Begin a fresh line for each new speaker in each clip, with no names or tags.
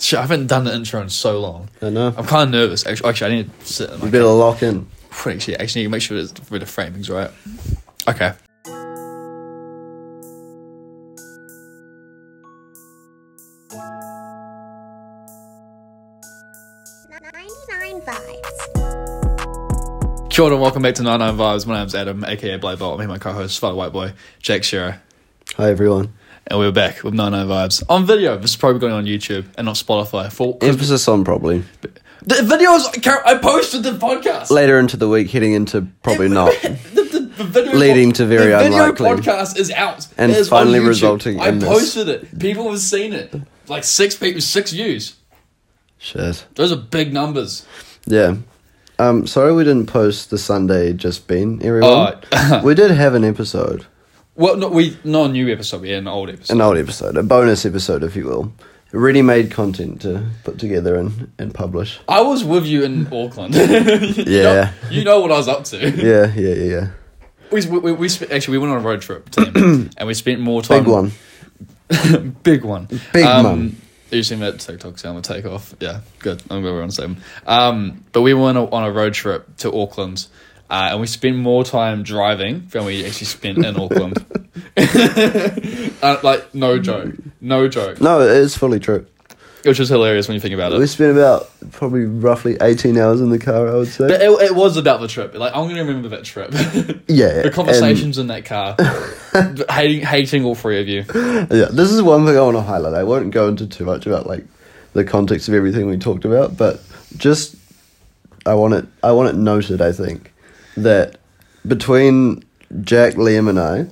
Shit, I haven't done the intro in so long.
I know.
I'm kind of nervous. Actually, actually, I need to sit. In
We
my
better lock in.
actually, actually, need to make sure that the- the framing's right. Okay.
Ninety-nine vibes.
Kia ora and welcome back to 99 Vibes. My name's Adam, aka Blade Bolt. Me and my co-host, Father White Boy, Jack Shearer.
Hi everyone.
And we're back with 99 Vibes on video. This is probably going on YouTube and not Spotify. For
Emphasis on probably
the videos I posted the podcast.
later into the week, heading into probably not.
the, the, the video
Leading to very
the video
unlikely.
podcast is out
And
It is
finally
on YouTube.
resulting
I
in this.
posted it. People have seen it. Like six people, six views.
Shit.
Those are big numbers.
Yeah. Um. Sorry we didn't post the Sunday just been. Everyone.
Oh.
we did have an episode,
Well, no, we not a new episode, yeah, an old episode.
an old episode, a bonus episode, if you will, ready-made content to put together and and publish.
I was with you in Auckland. You
Yeah.
know- you know what I was up to.
Yeah. Yeah. Yeah. yeah.
We, we, we sp- actually we went on a road trip, team, and we spent more time.
Big one.
big one.
Big
um,
mum.
You seen that TikTok sound would take off? Yeah, good. I'm glad we're on the same. Um, but we went on a road trip to Auckland, uh, and we spent more time driving than we actually spent in Auckland. uh, like no joke, no joke.
No, it is fully true.
Which is hilarious when you think about
We
it.
spent about probably roughly eighteen hours in the car. I would say.
But it, it was about the trip. Like I'm gonna remember that trip.
yeah.
the
and-
conversations in that car, hating, hating all three of you.
Yeah, this is one thing I want to highlight. I won't go into too much about like the context of everything we talked about, but just I want it. I want it noted. I think that between Jack, Liam, and I,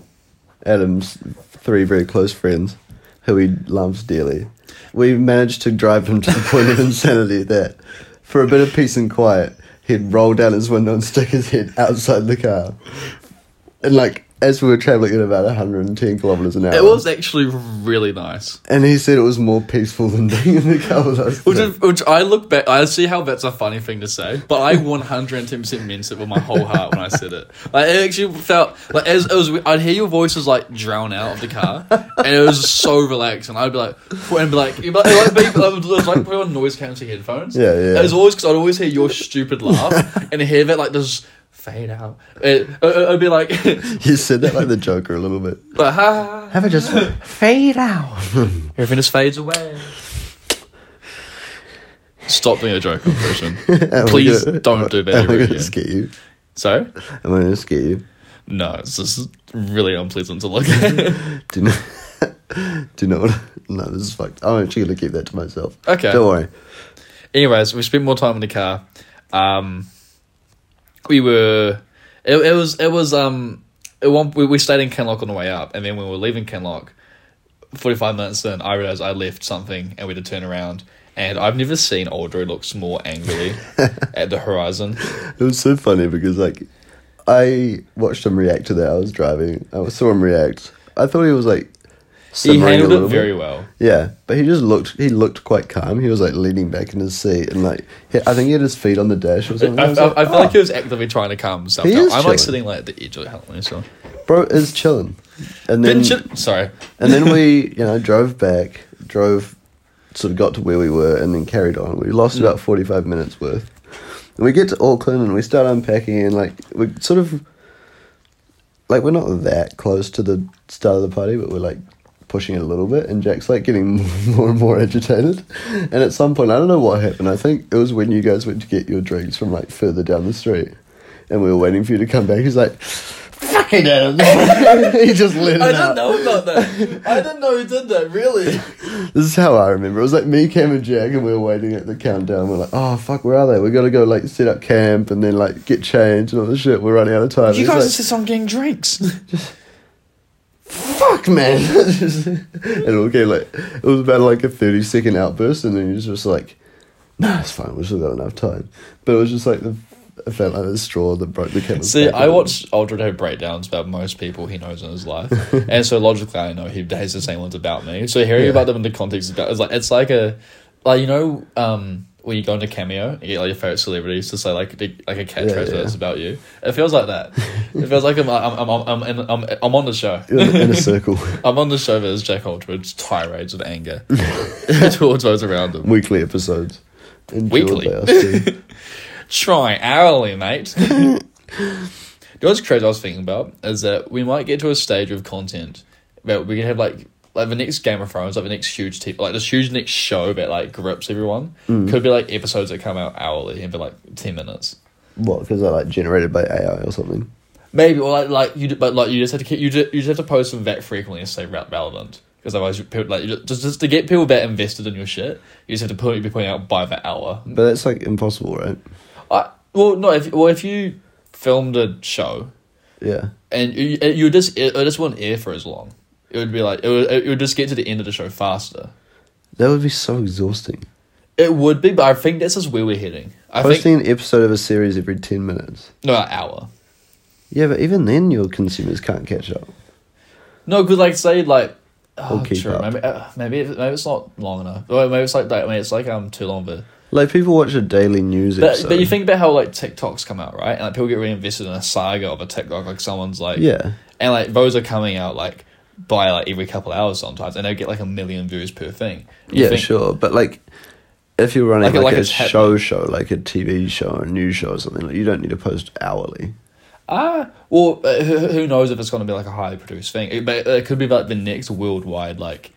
Adam's three very close friends, who he loves dearly, we managed to drive him to the point of insanity that, for a bit of peace and quiet, he'd roll down his window and stick his head outside the car, and like. As we were traveling at about 110 kilometers an hour,
It was actually really nice.
and he said it was more peaceful than being in the car with us.
Which, is, which I look back, I see how that's a funny thing to say, but I 110% meant it with my whole heart when I said it. Like, it actually felt like as it was, I'd hear your voices like drown out of the car, and it was so relaxed. And I'd be like, and be like, you'd be like, it'd like, be- I would- it was like put on noise cancelling headphones.
Yeah, yeah.
It was always because I'd always hear your stupid laugh and hear that like just fade out. It, it, it'd be like, like
He said that like the Joker a little bit.
ha, ha, ha.
Have it just fade out.
everything just fades away. Stop doing a joke impression.
Am I
Please
gonna-
don't do that
Am I
ever
going
again.
to scare you?
So
Am I going to scare you?
no, it's just really unpleasant to look at.
Do you know? do you know what? No, this is fucked. I'm actually going to keep that to myself.
Okay.
Don't worry.
Anyways, we spent more time in the car. Um, we were. It, it was. It was. Um, it one, we, we stayed in Kenlock on the way up, and then when we were leaving Kenlock, forty-five minutes in, I realized I left something, and we had to turn around. And I've never seen Audrey looks more angrily at the horizon.
It was so funny because like I watched him react to that. I was driving. I saw him react. I thought he was like.
He
simmering a
handled
little
it
bit.
very well.
Yeah, but he just looked. He looked quite calm. He was like leaning back in his seat and like he, I think he had his feet on the dash or
I,
something.
I,
was
I feel
"Oh,
like he was actively trying to calm himself
He
down. I'm
is
like
chilling.
sitting like at the edge of the helmet. So.
bro is chilling. And then
Been chill- sorry.
and then we you know drove back, drove, sort of got to where we were, and then carried on. We lost
Mm.
about forty five minutes worth. And we get to Auckland and we start unpacking and like we sort of like we're not that close to the start of the party, but we're like pushing it a little bit. And Jack's like getting more and more agitated. And at some point, I don't know what happened. I think it was when you guys went to get your drinks from like further down the street, and we were waiting for you to come back. He's like. Fucking Adam! he just let it
I didn't
out.
know about that. I didn't know who did that, really.
This is how I remember. It was like me, Cam, and Jack, and we were waiting at the countdown. We're like, oh, fuck, where are they? We gotta go, like, set up camp and then, like, get changed and all this shit. We're running out of time.
You
He's
guys
like,
insist on getting drinks.
fuck, man. and okay, like, it was about, like, a 30 second outburst, and then he was just like, nah, it's fine, we've still got enough time. But it was just like the. It felt like the straw that broke the camel's
See,
back
I
a little.
watch Aldred have breakdowns about most people he knows in his life, and so logically, I know he has the same ones about me. So hearing about them in the context is about it's like it's like a like you know um when you go into Cameo and get like your favorite celebrities to say like the- like a
Yeah,
catchphrase
yeah.
that's about you. It feels like that. it feels like I'm I'm I'm I'm I'm, I'm, I'm on the show.
You're in, in a circle,
I'm on the show that is Jack Aldridge's tirades of anger towards those around him.
weekly episodes. Enjoyed
Weekly.
by us too.
Try hourly, mate. you know what's crazy I was thinking about is that we might get to a stage of content that we can have like like the next Game of Thrones, like the next huge t- like this huge next show that like grips everyone could be like episodes that come out hourly and be like ten minutes.
what? Because they're like generated by AI or something.
Maybe or like like you, d- but like you just have to keep you just, you just have to post them that frequently to stay re- relevant because otherwise you- people like you just, just just to get people that invested in your shit, you just have to put be putting out by the hour.
But that's like impossible, right?
I, well, no, if well if you filmed a show
Yeah.
and you it- you would just it, it just wouldn't air for as long. It would be like it would, it would just get to the end of the show faster.
That would be so exhausting.
It would be, but I think that's just where we're heading. I think
Posting an episode of a series every 10 minutes.
no an hour.
Yeah, but even then, your consumers can't catch up.
No, because like say like oh,
keep
sure,
up.
maybe uh, maybe it- maybe it's not long enough. Well, maybe it's like that. Maybe it's like um too long, but.
Like, people watch a daily news
But,
episode.
but you think about how like TikToks come out, right? And like people get really invested in a saga of a TikTok, like someone's like
Yeah.
and like those are coming out like by like every couple hours sometimes, and they get like a million views per thing. You
Yeah,
think-
sure. But, like, if you're running
Like a-
like,
like
a
it's hap-
show show, like a TV show, a news show or something, like, you don't need to post hourly.
Ah, well, uh, who, who knows if it's going to be like a highly produced thing? It, but it could be like the next worldwide like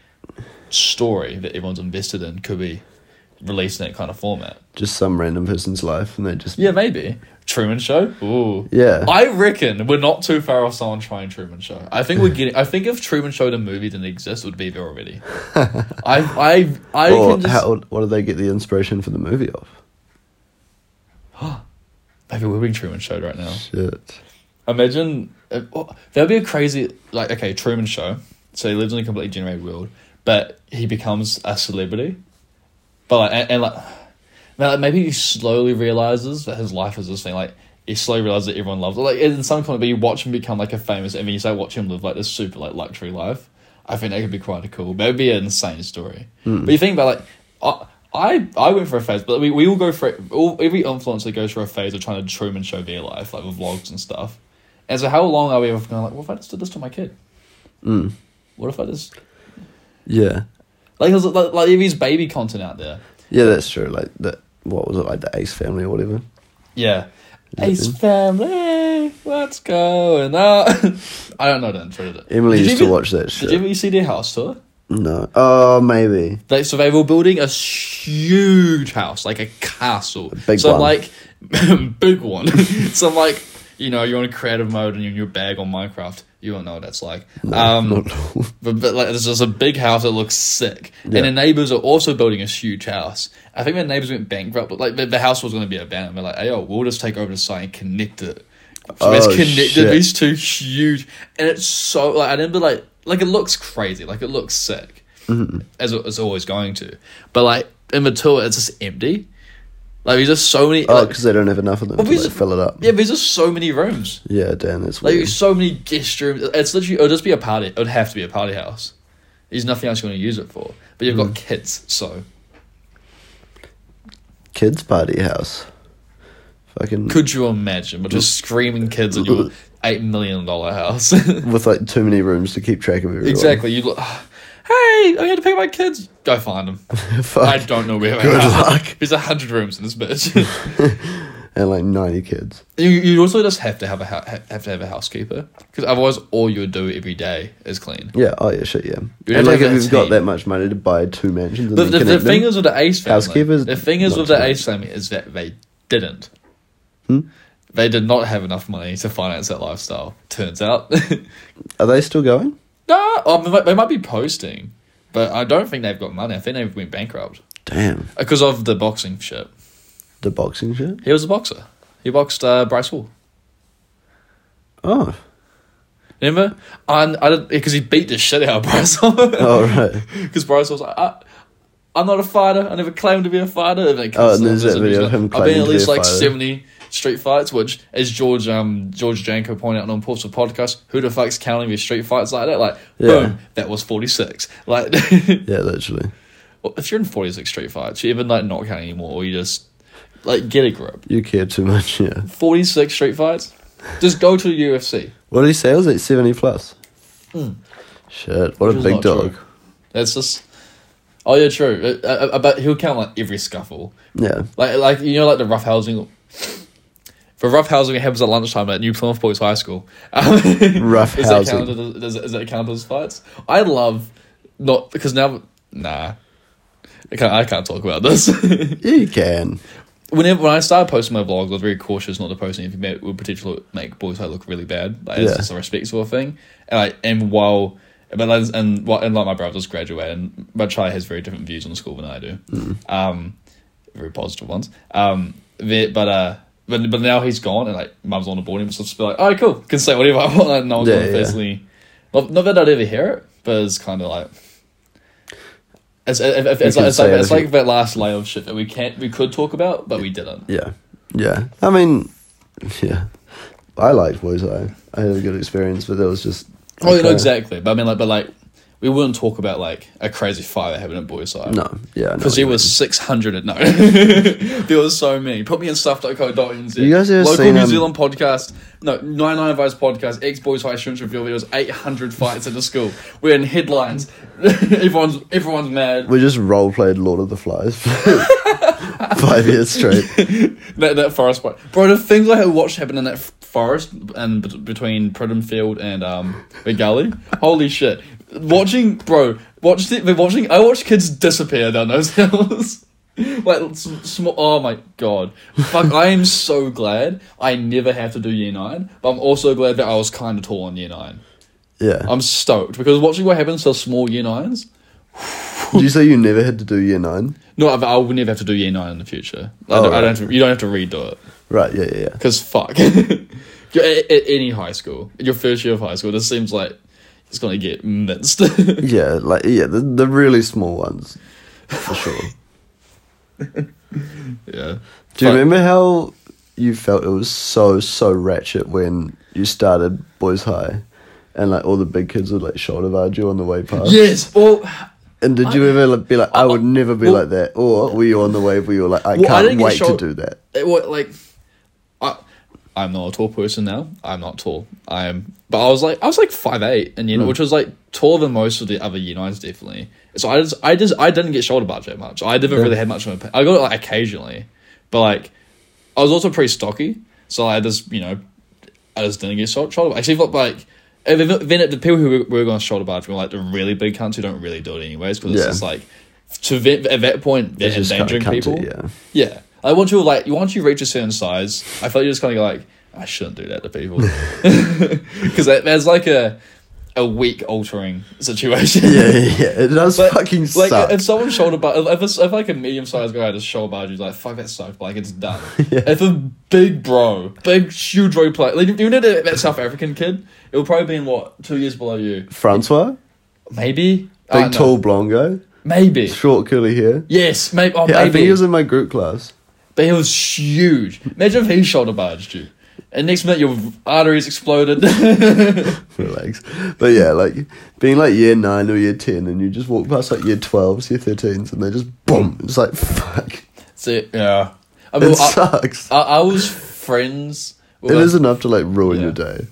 story that everyone's invested in could be released in that kind of format.
Just some random person's life, and they just.
Yeah, maybe Truman Show. Ooh,
Yeah.
I reckon we're not too far off someone trying Truman Show. I think we're getting. I think if Truman Show the movie didn't exist, it would be there already. I I I
Or
can just
how, what do they get the inspiration for the movie of?
maybe we're being Truman Show right now.
Shit.
Imagine uh, oh, that would be a crazy like okay Truman Show. So he lives in a completely generated world, but he becomes a celebrity. But like and, and like now like, maybe he slowly realizes that his life is this thing like. He slowly realizes that everyone loves it. Like in some point, but you watch him become like a famous, and then you start watching him live like this super like luxury life. I think that could be quite cool. That would be an insane story. But you think about like, I, I I went for a phase, but we, we all go for it. All, every influencer goes through a phase of trying to Truman show their life, like with vlogs and stuff. And so, how long are we ever going? Like, what if I just did this to my kid?
Mm.
What if I just
Yeah.
like there's, like, like if he's baby content out there?
Yeah, that's true. Like, that. What was it? Like, the Ace family or whatever?
Yeah,
Yeah.
Ace Family, what's going on? uh, I don't know that intro. did it?
Emily
Did you
used to
ever-
watch that shit.
Did you ever see their house tour?
No. Oh, maybe.
Like, so they were building a huge house, like a castle.
big
so I'm
one.
like, big one. so I'm like, you know, you're on creative mode and you're in your bag on Minecraft. You don't know what that's like. um,
Not at all.
but, but like, there's just a big house that looks sick,
Yeah.
and the neighbors are also building a huge house. I think the neighbors went bankrupt, but like the, the house was going to be abandoned. They're like, "Hey, yo, we'll just take over the site and connect it." So it's
Oh,
connected
shit.
these two huge, and it's so like I remember like like it looks crazy, like it looks sick,
Mm-hmm.
as it- it's always going to. But like in the tour, it's just empty. Like there's just so many.
Oh,
like-
because they don't have enough of them
Well,
to
because-
like, fill it up.
yeah, there's just so many rooms.
Yeah, damn, that's
Like
weird.
there's so many guest rooms. It's literally it'll just be a party. It'd have to be a party house. There's nothing else you want to use it for. But you've
Mm.
got kids, so
Kids party house. Fucking
could you imagine? But just screaming kids at your eight million dollar house.
with like too many rooms to keep track of everyone.
exactly. You look. Hey, I had to pick my kids. Go find them.
Fuck.
I don't know where. they
Good
are.
luck.
There's a hundred rooms in this bitch.
And like ninety kids.
you you also just have to have a hou- ha- have to have a housekeeper because otherwise all you would do every day is clean.
Yeah. Oh yeah. Shit. Yeah.
You'd have
and
to
like
have
if
a
you've got
team.
that much money to buy two mansions, and
The,
then
the, the
connect them-
thing is with the Ace family.
Housekeepers?
The thing is
Not Hmm?
with the
too
Ace family is that they didn't. They did not have enough money to finance that lifestyle. Turns out,
are they still going?
no, I mean, they might be posting, but I don't think they've got money. I think they went bankrupt
Damn.
because of the boxing shit.
The boxing shit.
He was a boxer. He boxed uh, Bryce Hall.
Oh.
Remember? And I didn't because he beat the shit out of Bryce Hall.
Oh right.
Because Bryce was like, I, I'm not a fighter. I never claimed to be a fighter. And then it
Oh,
comes
and
to
there's
this
that
and he's
video of
like,
him
I've been
claiming
at
to be
least
a
like
fighter."
70 street fights, which, as George um George Janko pointed out on Impulsive Podcast, who the fuck's counting these street fights like that? Like,
Yeah.
boom, that was 46. Like,
Yeah. Literally.
if you're in forties like street fights, you either like not count anymore or you just like get a grip.
You care too much, yeah.
Forty six street fights, just go to the UFC.
What did he say? Was it 70 plus? Shit, what
Hmm. Which
a
is
big
not
dog.
true. That's just. Oh yeah, true. Uh, uh, uh, but he'll count like every scuffle,
Yeah.
like like you know, like the rough housing. For rough housing, it happens at lunchtime at New Plymouth Boys High School. Um,
Rough
is
housing.
That counted as, is, is that counted as fights? I love not because now nah, I can't. I can't talk about this.
Yeah, you can.
Whenever when I started posting my vlogs, I was very cautious not to post anything that would potentially make boys' high look really bad. Like,
Yeah.
It's just a respect sort of thing. And like, and while but like, and while- and like my brother's graduated, and my child has very different views on school than I do.
Hmm.
Um, very positive ones. Um, the- but uh. But, but now he's gone and like mum's on the board and so just be like, oh cool, can say whatever I want. And no one's
Yeah,
gonna
yeah.
personally, not, not that I'd ever hear it, but it's kind of like it's it's, it's,
You
it's,
can
like, it's, like,
say
it's
it if you-
like that last layer of shit that we can't we could talk about, but we didn't.
Yeah. Yeah. I mean, yeah. I liked Boys High. I had a good experience, but that was just.
Oh, you know,
okay.
exactly. But I mean, like, but like, we wouldn't talk about like a crazy fire that happened at Boys Side.
No, yeah. I know
Because
what you
there was 600 at no. there was so many. Put me in stuff.co.nz.
You guys ever
Local
seen,
New
um,
Zealand podcast. No, 99 Vice podcast. Ex Boys High Students Reveal videos. 800 fights at the school. We're in headlines. everyone's everyone's mad.
We just role played Lord of the Flies for five years straight.
That, that forest part. Bro, the things I had watched happen in that f- forest and bet between Pridham Field and um the gully. Holy shit. Watching bro, watch the, we're watching I watched kids disappear down those hills. like small oh my god. Fuck, I am so glad I never have to do year 9, but I'm also glad that I was kind of tall in year 9.
Yeah.
I'm stoked because watching what happens to small year 9s
Did you say you never had to do year nine?
no, I, I will never have to do year nine in the future. I,
Oh,
don't, I
right.
don't have to, you don't have to redo it.
Right, yeah, yeah, yeah.
Because fuck, you're at, at any high school, your first year of high school, this seems like it's gonna get minced.
Yeah, like, yeah, the, the really small ones, for sure.
yeah.
Do you
Fuck.
remember how you felt it was so so ratchet when you started Boys High, and like all the big kids would like shoulder barge you on the way past?
Yes. Well,
And did you ever like, be like, I would never be
well-
like that, or were you on the wave where you were like, I
Well, I didn't
can't
get
wait
shoul-
to do that?
it, wa- like, I, I'm not a tall person now. I'm not tall. I am, but I was like, I was like five eight, and
Hmm.
you know, which was like taller than most of the other unites definitely. So I just, I just, I didn't get shoulder barged that much. I never really had much of an. opi- I got it like occasionally, but like, I was also pretty stocky, so I just, you know, I just didn't get shot, shoulder. Actually, but like, and then then the people who were, were going to shoulder barge were like the really big cunts who don't really do it anyways because
Yeah.
it's just like to that, at that point they're
just kinda
endangering
cunty,
people.
yeah.
yeah. Like once you like, once you reach a certain size, I feel like you're just kind of like, I shouldn't do that to people because that, there's like a a weak altering situation.
Yeah, yeah, yeah. it does
But,
fucking
like
suck.
if someone shoulder bar, if, if, if like a medium sized guy just shoulder barred you, like fuck that sucked, like it's done. If a big bro, big huge role player, like even if that that South African kid, it would probably be in what two years below you,
Francois,
maybe I
big
don't know.
tall blonde guy,
maybe
short curly hair.
yes, maybe oh
Yeah, I
maybe,
think he was in my group class.
but he was huge. Imagine if he shoulder barged you, and next minute your arteries exploded.
Relax. But yeah, like being like year nine or year ten, and you just walk past like year twelves, year thirteens, and they just boom. It's like fuck.
so yeah, I mean,
It
I,
sucks.
I, I was friends. With
It
a-
is enough to like ruin
Yeah.
your day.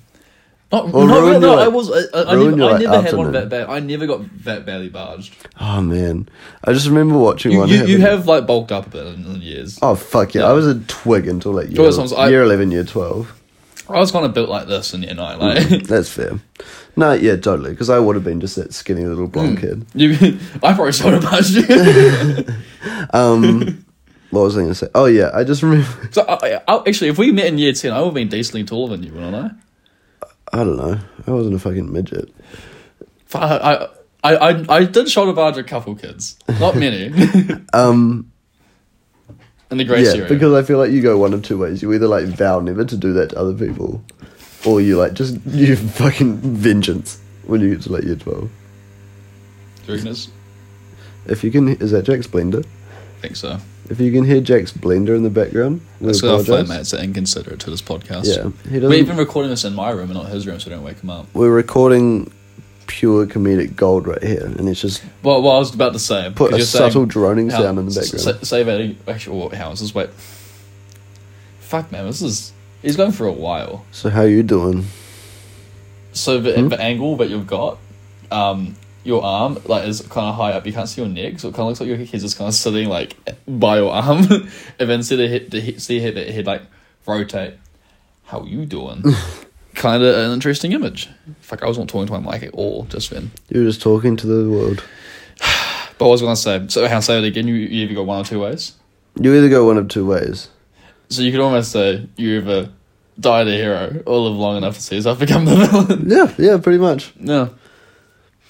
Not, no,
Or ruin
no,
your,
no,
like-
I was. I, I, I
ruin
never,
your,
I
like,
never had one
afternoon.
that bad. I never got that badly barged.
Oh man, I just remember watching
You,
one.
you, you
happen.
have like bulked up a bit in, in years.
Oh fuck yeah!
Yeah.
I was a twig until like
know
year,
what songs I-
year eleven, year twelve.
I was kind of built like this in year nine. Like
That's fair. No, yeah, totally. Because I would have been just that skinny little blonde
Hmm.
kid.
you, I probably sort of barged you.
What was I going to say? Oh yeah, I just remember.
so I, I, actually, if we met in year ten, I would have been decently taller than you, wouldn't I?
I don't know. I wasn't a fucking midget.
Fuck, I, I, I, I did shoulder barge a couple kids, not many.
Um,
in the grey
yeah,
area.
because I feel like you go one of two ways. You either like vow never to do that to other people, or you like just you fucking vengeance when you get to like year twelve.
Do you reckon it's-
If you can, is that Jack's blender?
I think so.
If you can hear Jack's blender in the background, we
That's because our
apologize.
flatmates are inconsiderate to this podcast.
Yeah, he
We're
doesn't.
even recording this in my room and not his room, so don't wake him up.
We're recording pure comedic gold right here, and it's just
Well, what I was about to say.
Put
'cause
a
you're saying
subtle droning
how-
sound in the
s-
background.
s- Say that. Actually, what, how is this? oh, Wait. Fuck, man. This is. He's going for a while.
so. How you doing?
So the, the angle that you've got, um, your arm like is kind of high up. You can't see your neck, so it kind of looks like your head's just kind of sitting like by your arm, and then instead of hit, the head, see head, the head like rotate. How you doing? kind of an interesting image. Fuck, I was not talking to my mic at all just then.
You're just talking to the world.
But I was gonna say, so how say it again? You you either go one or two ways.
You either go one of two ways.
So you could almost say you either die the hero or live long enough to see yourself become the villain.
Yeah, yeah, pretty much.
No.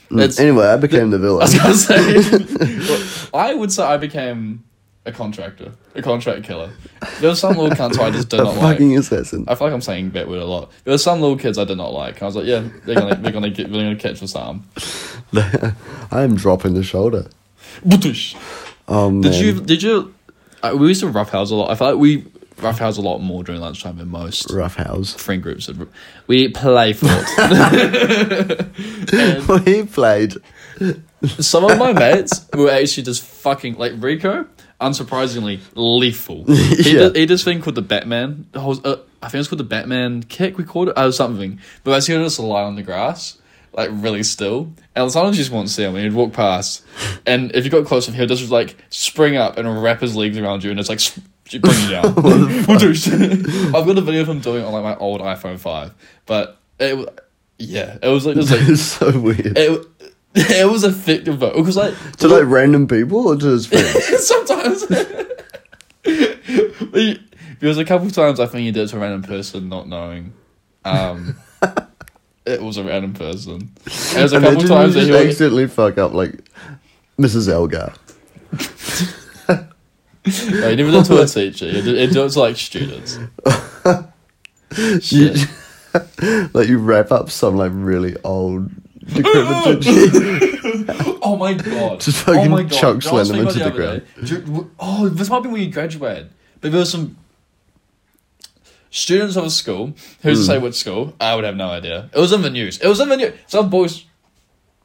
Mm,
That's-
anyway, I became the villain.
I was gonna say, well, I would say I became a contractor, a contract killer. There were some little cunts I just did
a
not like.
fucking assassin.
I feel like I'm saying that word a lot. There were some little kids I did not like. I was like, yeah, they're gonna they're gonna get they're gonna catch um, this arm.
I am dropping the shoulder.
Butoosh.
Oh man.
Did you did you? I we used to roughhouse a lot. I feel like we roughhouse a lot more during lunchtime than most
rough house?
friend groups. We play foot.
he played.
Some of my mates were actually just fucking like Rico. Unsurprisingly, lethal. He,
Yeah.
did, he did this thing called the Batman. the whole- uh, I think it was called the Batman kick. We called it or something. But I see him just lie on the grass, like really still. And sometimes you just won't see him. And he'd walk past, and if you got close to him, he'd just like spring up and wrap his legs around you, and it's like. sp- Bring you down. I've got a video of him doing it on like my old iPhone five, but it, w- yeah, it was like just like
it's so weird.
it, it was effective though because like
to like random people or to his friends?
sometimes there was a couple of times I think he did it to a random person not knowing um it was a random person there was a couple
Imagine
times
you
that he was,
just accidentally fuck up like Mrs. Elgar.
no, he never did it to a teacher he did, he did it to like students Shit.
Like you wrap up some like really old decrepit dude.
Oh my god!
Just
oh
fucking
my god.
choke
You know, I was
slam them
thinking
into
about the other day. Do you- Oh, this might be when you graduated, but there were some students of a school. Who's to
Hmm.
say which school? I would have no idea. It was in the news. It was in the news. Some boys,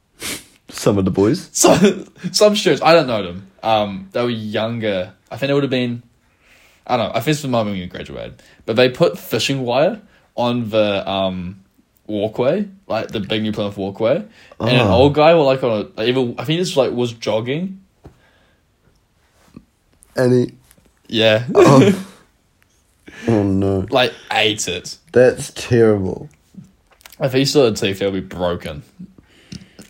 some of the boys.
some some students. I don't know them. Um, they were younger. I think it would have been. I don't know. I think it's the moment when you graduated, but they put fishing wire on the um walkway, like the big New Plymouth walkway, and an
Ah.
old guy, were like on a, like, even I think this like was jogging.
And he
Yeah. Um,
oh, oh no.
like ate it.
That's terrible.
If he still had teeth, they would be broken.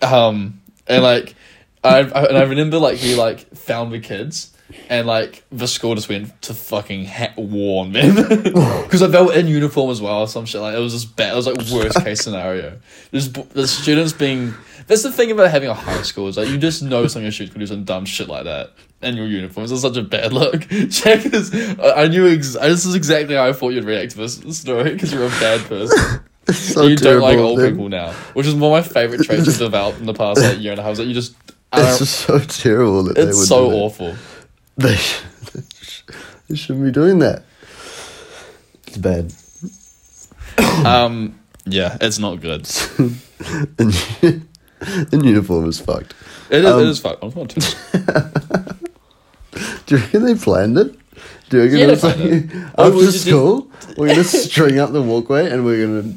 Um, and like, I, I and I remember like he like found the kids, and like the school just went to fucking ha- war on them because like, they were in uniform as well or some shit. Like it was just bad. It was like worst case scenario. There's b- the students being. That's the thing about having a high school is like you just know some of your students can do some dumb shit like that. And your uniforms is such a bad look. Jack is. I I knew. Ex- this is exactly how I thought you'd react to this story because you're a bad person
So
you don't
terrible
like
of
old
them.
people now, which is one of my favorite traits to develop in the past like, year and a half. Is that you just, I don't,
It's just so terrible that they would
it's so
do that.
awful.
They, sh- they shouldn't be doing that. It's bad.
Um, yeah, it's not good. It is,
And in uniform is fucked. Um,
it is fucked. I'm not too.
Do you reckon they planned it? Do you reckon
Yeah,
it was
they
like,
planned Oh,
after
we just did-
school, we're going to string up the walkway and we're going to...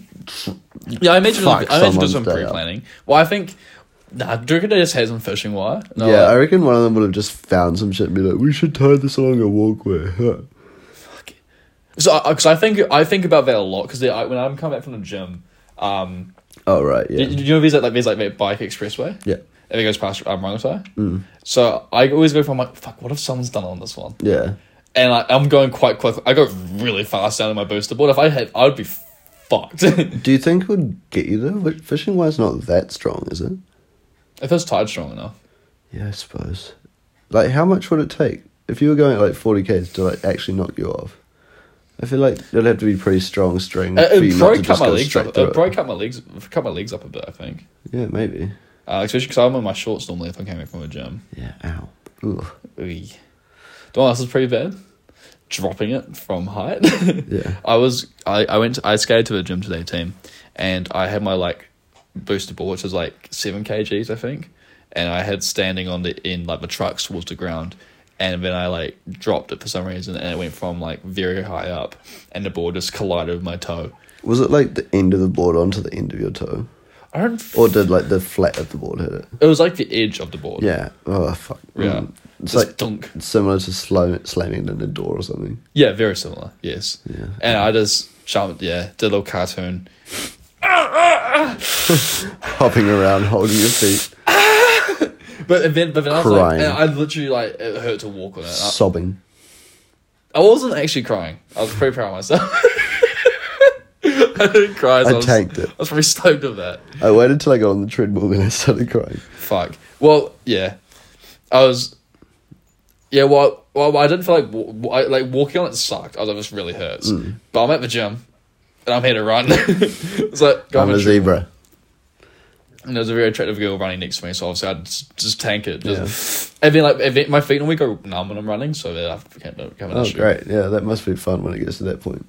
Yeah, I imagine.
Fuck,
I imagine do
someone's
some
day out.
pre-planning. Well, I think. Nah, do you reckon they just had some fishing wire? No,
yeah, I reckon one of them would have just found some shit and be like, we should tie this along a walkway. huh?"
so because I think I think about that a lot because when I'm coming back from the gym, um,
oh, right,
do
yeah.
you know there's like, like there's like that bike expressway.
yeah. Mm.
And it goes past um, Rangitai. So I always go from like, fuck, what if someone's done it on this one?
Yeah.
and I, I'm going quite quick. I go really fast down in my booster board. If I had, I would be fucked. if
Do you think it would get you there? Like, Fishing wire's not that strong, is it?
it's tied strong enough,
Yeah, I suppose. Like, how much would it take if you were going at like forty k's to like actually knock you off? I feel like it'd have to be pretty strong string.
it,
for you
it
not
probably
to
cut
just
my
go
legs
straight
up.
through
It probably cut my legs, cut my legs up a bit. I think,
Yeah, maybe.
uh, especially because I wear my shorts normally if I came back from the gym.
Yeah. Ow. Ooh.
Ooh. Don't this is pretty bad. Dropping it from height.
Yeah.
I was I, I went I skated to the gym today, team, and I had my like booster ball, which is like seven kgs, I think. And I had standing on the end, like the trucks towards the ground. And then I like dropped it for some reason, and it went from like very high up, and the ball just collided with my toe.
Was it like the end of the board onto the end of your toe,
I don't. F-
or did like the flat of the board hit it?
it was like the edge of the board.
Yeah. Oh fuck.
Yeah.
Mm. It's
Just
like
dunk.
similar to slow, slamming in a door or something.
Yeah, very similar. Yes. And I just jumped. Yeah, did a little cartoon.
Hopping around, holding your feet,
But then, but then I was like,
Crying.
and I literally like it hurt to walk on it. I,
sobbing.
I wasn't actually crying. I was pretty proud of myself. I didn't cry. so
I
I, was,
tanked it.
I was pretty stoked of that.
I waited till I got on the treadmill, then I started crying.
Fuck. Well, yeah. I was. Yeah. Well, well, I didn't feel like wa- wa- I- like walking on it sucked. I was like, this really hurts.
Mm.
But I'm at the gym, and I'm here to run. it's like go
I'm
on
a
the treadmill.
zebra.
and there was a very attractive girl running next to me, so obviously I'd just, just tank it. Just, And then like and then my feet normally go numb when I'm running, so that I can't become an
Oh,
issue.
great. Yeah, that must be fun when it gets to that point.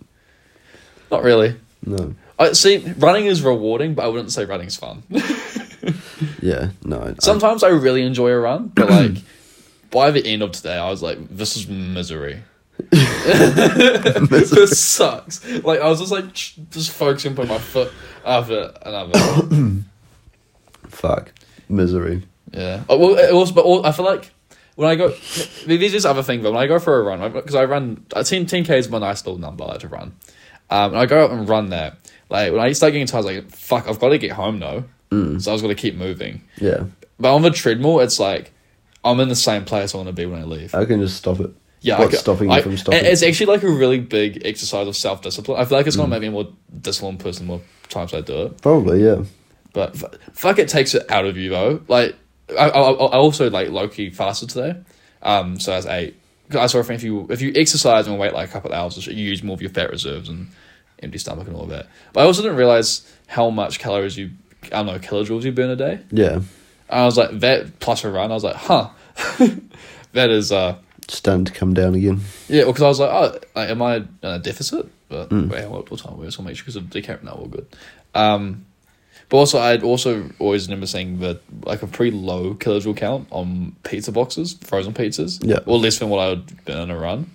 Not really.
No.
I see running is rewarding, but I wouldn't say running's fun.
Yeah, no. I-
Sometimes I really enjoy a run, but like by the end of today, I was like, this is misery. this sucks. Like I was just like ch- just focusing on my foot after another.
fuck. Misery.
Yeah. Oh, well, it also, but all, I feel like when I go, there's this other thing, but when I go for a run, because I run, uh, I 10, 10K is my nice little number I like to run. Um, and I go out and run there. Like, when I start getting tired, I was like, fuck, I've got to get home though.
Mm.
So I was going to keep moving.
Yeah.
But on the treadmill, it's like, I'm in the same place I want to be when I leave.
I can just stop it.
Yeah,
Uh, What's
I-
stopping
I-
you from stopping?
and It's actually like a really big exercise of self discipline. I feel like it's
Mm.
gonna make me a more disciplined person more times I do it.
Probably, yeah.
But f- fuck, it takes it out of you though. Like I, I, I also like low key fasted today, um. So I was eight. 'Cause I saw if you if you exercise and wait like a couple of hours, you use more of your fat reserves and empty stomach and all that. But I also didn't realize how much calories you I don't know kilojoules you burn a day.
Yeah.
I was like that plus a run. I was like, huh, that is uh
Starting to come down again.
yeah. Because I was like, oh, like, am I in a deficit? But wait, what, what time we're so make sure because of the camera now we're good. Um, but also, I'd also always remember seeing that like a pretty low kilojoule count on pizza boxes, frozen pizzas.
Yeah.
Or less than what I would burn in a run.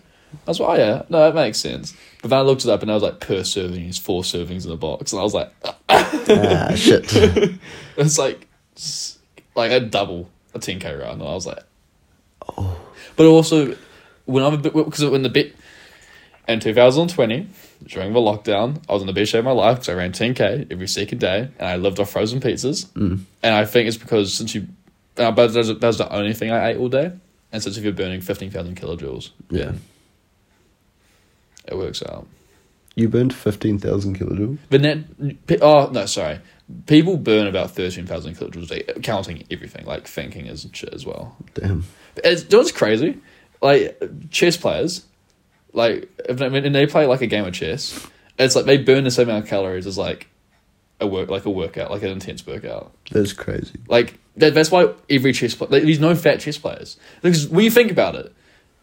I was like, oh yeah, no, that makes sense. But then I looked it up and I was like, per serving is four servings in a box, and I was like,
ah, shit.
it's like, s- like a double a ten k run, and I was like, oh. But also, when I'm a bit because when the bit in 2020 during the lockdown, I was in the best shape of my life because I ran 10k every second day, and I lived off frozen pizzas. Mm. And I think it's because since you, uh, but that's that's the only thing I ate all day, and since if you're burning fifteen thousand kilojoules,
Yeah.
it works out.
You burned 15,000 kilojoules?
The net. pe- Oh no, sorry. People burn about thirteen thousand kilojoules a day, counting everything, like thinking is shit as well.
Damn.
It's, you know what's crazy? Like chess players, like if they, when they play like a game of chess, it's like they burn the same amount of calories as like a work, like a workout, like an intense workout.
That's crazy.
Like that, that's why every chess player, like, there's no fat chess players. Because when you think about it,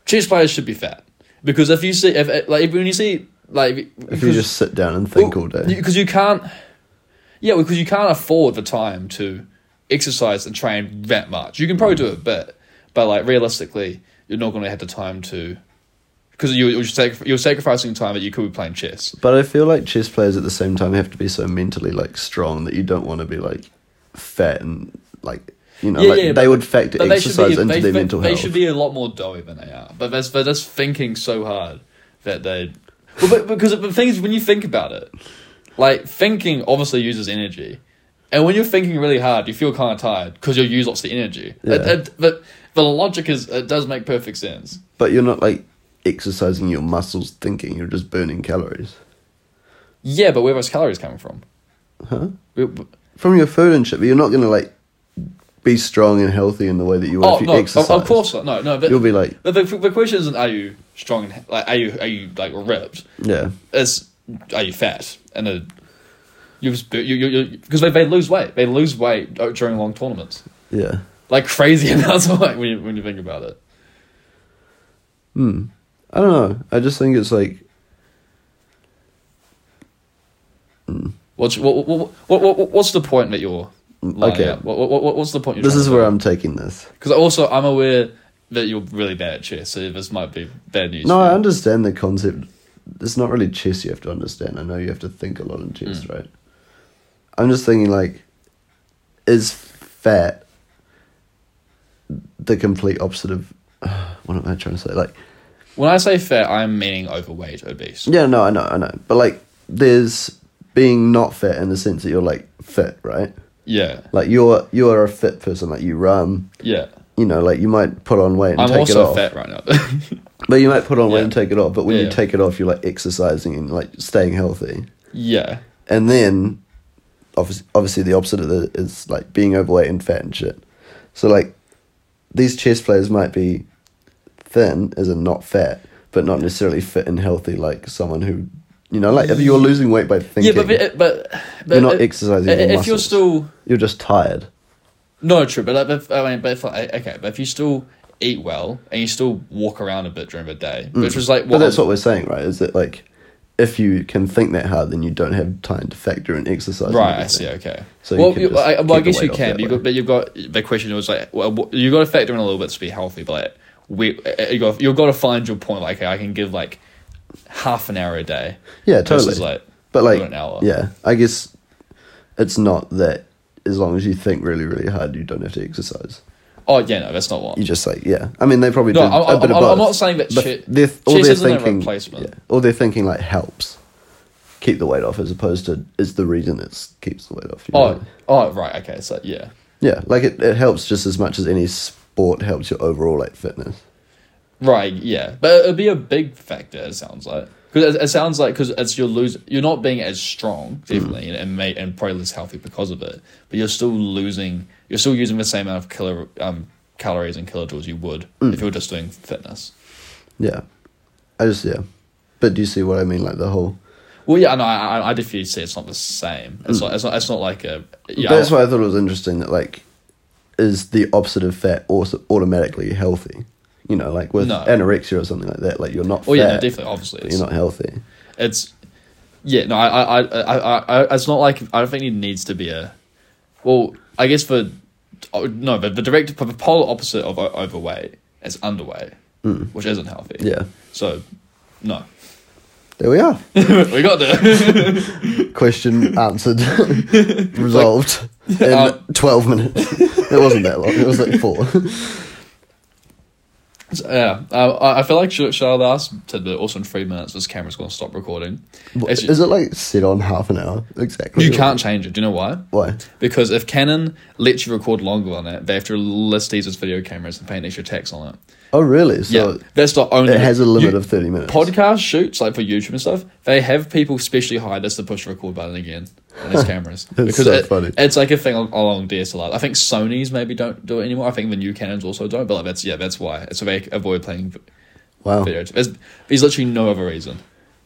chess players should be fat. Because if you see, if like when you see, like
If you just sit down and think all day.
because you can't. Yeah, because you can't afford the time to exercise and train that much. You can probably do a bit, but like realistically, you're not going to have the time to. Because you, you're, sac- you're sacrificing time that you could be playing chess.
But I feel like chess players at the same time have to be so mentally like strong that you don't want to be like fat and like you know
Yeah,
like
yeah,
they
but-
would factor
But
exercise into
they,
their
they-
mental
they
health.
should be a lot more doughy than they are. But that's, they're just thinking so hard that they. Well, but, because the thing is, when you think about it, like thinking obviously uses energy, and when you're thinking really hard, you feel kind of tired because you'll use lots of energy. It-
Yeah.
it- but the logic is it does make perfect sense.
But you're not like exercising your muscles thinking, you're just burning calories.
Yeah, but where are those calories coming from?
Huh?
We- we-
From your food and shit, but you're not gonna like be strong and healthy in the way that you would
Oh
if you
no! of-
exercise.
Of course not. No, no. But
You'll be like
the, the, the question isn't are you strong? And, he- like are you are you like ripped?
Yeah.
is are you fat and a you just you you because they, they lose weight they lose weight during long tournaments
Yeah.
like crazy amounts of weight when you, when you think about it
I don't know. I just think it's like
well What's what, what, what, what, what's the point that you're lying
Mm, Okay.
out? What, what, what, what's the point? You're
This is where I'm taking this.
because also I'm aware that you're really bad at chess, so this might be bad news.
No,
for
I
you.
understand the concept. It's not really chess you have to understand. I know you have to think a lot in chess,
Mm.
right? I'm just thinking like, is fat the complete opposite of what am I trying to say? Like,
When I say fat, I'm meaning overweight, obese.
yeah, no, I know, I know, but like, there's being not fit in the sense that you're like fit, right?
Yeah,
Like you're you are a fit person. Like you run,
yeah.
you know, like you might put on weight and
I'm
take it
also
off.
fat right now.
But you might put on weight
Yeah.
and take it off. But when
Yeah,
you
yeah.
take it off, you're like exercising and like staying healthy.
yeah,
And then, obviously, obviously the opposite of that is like being overweight and fat and shit. So like, these chess players might be thin, as in not fat, but not necessarily fit and healthy like someone who, you know, like if you're losing weight by thinking,
yeah. But but but, but
You're not
if-
exercising
If,
your
if you're
muscles.
still
you're just tired.
no true, but like, if, I mean, but if like, okay, but if you still eat well and you still walk around a bit during the day, which was like
Mm. But that's
I'm-
what we're saying, right? Is that like, if you can think that hard, then you don't have time to factor in exercise. and
Right, I
everything.
see. Okay.
So you
well,
can
you
just
I, well, I
keep the
guess you
weight off
can,
that
but you
way.
got, but you've got the question was like, well, wh- you got to factor in a little bit to be healthy, but like, we uh, you got you've got to find your point. Like, I can give like half an hour a day.
Yeah, totally.
Versus, like,
but like,
an hour.
yeah, I guess it's not that as long as you think really, really hard, you don't have to exercise.
Oh yeah, no, that's not what.
You just like, yeah. I mean, they probably
No,
do
I'm-
a bit
I'm-
of both.
I'm not saying that
but
che-
they're- all
chess
they're
isn't a
thinking,
replacement.
yeah, all they're thinking like helps keep the weight off, as opposed to is the reason it keeps the weight off. you
oh,
know?
oh, right. Okay, so yeah,
yeah, like it, it helps just as much as any sport helps your overall like fitness.
right, yeah, but it'd be a big factor. It sounds like because it, it sounds like because it's you're losing, you're not being as strong definitely,
Mm.
and, and may and probably less healthy because of it. But you're still losing, you're still using the same amount of kilo um, calories and kilojoules you would
Mm.
if you were just doing fitness.
Yeah, I just yeah, but do you see what I mean? Like the whole.
Well, yeah, no, I, I, I definitely say it's not the same. It's not, it's not, it's not like a. Yeah,
Mm. That's why I thought it was interesting that like, is the opposite of fat also automatically healthy? You know, like with
No.
anorexia or something like that. Like you're not.
Oh
fat,
yeah, no, definitely, obviously,
But
it's-
you're not healthy.
it's yeah no I I, I I I I it's not like I don't think it needs to be a well I guess for oh, no but the direct the polar opposite of o- overweight is underweight which isn't healthy
Hmm. Yeah.
so no
There we are.
we got there
Question answered, resolved in
Um,
twelve minutes. It wasn't that long. It was like four.
So, yeah uh, I I feel like should should I last tidbit also in three minutes this camera's gonna stop recording Actually,
Is it like set on half an hour exactly?
you can't change it do you know why
Why?
Because if Canon lets you record longer on it, they have to list these as video cameras and pay an extra tax on it.
Oh really? So
yeah, that's the only.
it has a limit
you-
of thirty minutes.
podcast shoots, like for YouTube and stuff, they have people specially hired us to push the record button again on these cameras.
so
it-
funny.
It's like a thing al- along DSLR. I think Sony's maybe don't do it anymore. I think the new Canons also don't. But like that's yeah, that's why. It's so they avoid playing v-
wow,
video. There's, there's literally no other reason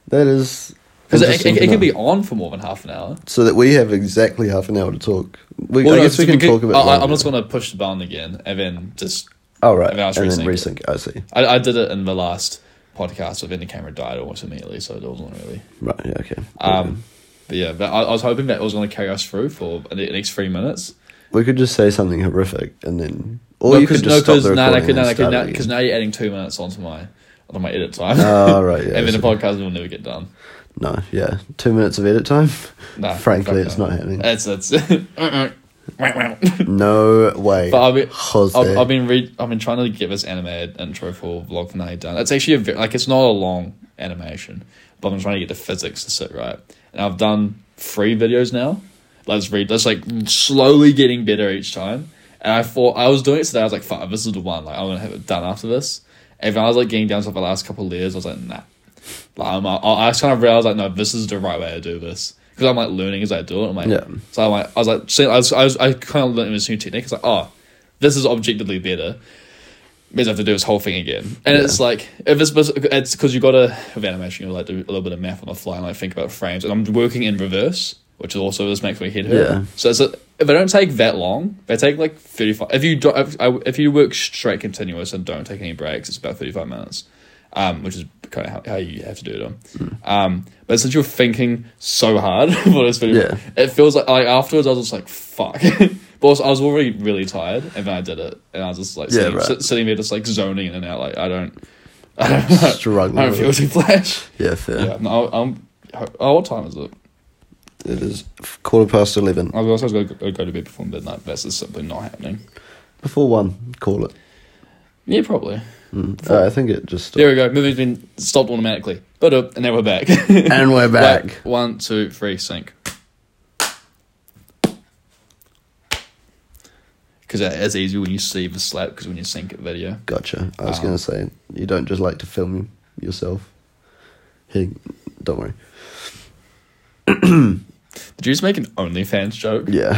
that is
because it,
interesting
it,
to
it
know.
can be on for more than half an hour.
so that we have exactly half an hour to talk. We,
Well,
I
no,
guess we
it's-
can talk about.
I, am just gonna puch the button again and then just.
Oh right,
And then I was
and then
resync
resync. I see.
I, I did it in the last podcast, but then the camera died almost immediately, so it wasn't really.
Right. Yeah. Okay.
Um, but yeah, but I, I was hoping that was going to carry us through for the next three minutes.
we could just say something horrific and then, or
No,
you could
'cause-
just
no,
stop
'cause
the
now,
recording.
I could- now, I
and
could-
start
now,
again.
because now you're adding two minutes onto my onto my edit time,
Oh right. Yeah.
and then the
so-
podcast will never get done.
no. Yeah. Two minutes of edit time.
Nah,
Frankly,
fuck
it's
no.
not happening.
It's it's. but
no way.
I've been,
Jose.
I've, I've been read. I've been trying to give this animated intro for vlog for now done. It's actually a ve- like it's not a long animation, but I'm trying to get the physics to sit right. And I've done three videos now. Let's read. That's like slowly getting better each time. And I thought I was doing it today. I was like, "Fuck, this is the one. Like, I'm gonna have it done after this." And when I was like getting down to the last couple of layers, I was like, "Nah." Like, I'm, I, I was kind of realized like, no, this is the right way to do this because I'm like learning as I do it. I'm like,
Yeah.
So I'm like, I was like, seeing, I was, I was, I kind of learned this new technique. It's like, oh, this is objectively better. Means I have to do this whole thing again, and it's like if it's it's because you got to with animation, you like do a little bit of math on the fly and like think about frames. And I'm working in reverse, which is also this makes my head hurt.
Yeah.
So it's a, if they don't take that long, they take like thirty five. If you do, if, I- if you work straight continuous and don't take any breaks, it's about thirty five minutes. um, which is kind of how, how you have to do them. Um, but since you're thinking so hard for this video,
Yeah.
it feels like, like afterwards I was just like, fuck. but also, I was already really tired, and then I did it, and I was just like
Yeah,
sitting,
right.
sit- sitting there, just like zoning in and out. Like I don't, I don't,
Struggling
I don't
with
feel
it.
too flash.
Yeah, fair.
Yeah, no, I'm. Oh, what time is it?
It is f- quarter past eleven.
I was also going to go to bed before midnight. That's just simply not happening.
Before one, call it.
Yeah, probably.
Uh, I think it just.
There we go. Movie's been stopped automatically. But up, and now we're back.
and we're back.
Like, one, two, three, sync. Because it's uh, easy when you see the slap. Because when you sync a video,
Gotcha. I was
Ah.
gonna say you don't just like to film yourself. Hey, don't worry.
did you just make an OnlyFans joke
Yeah.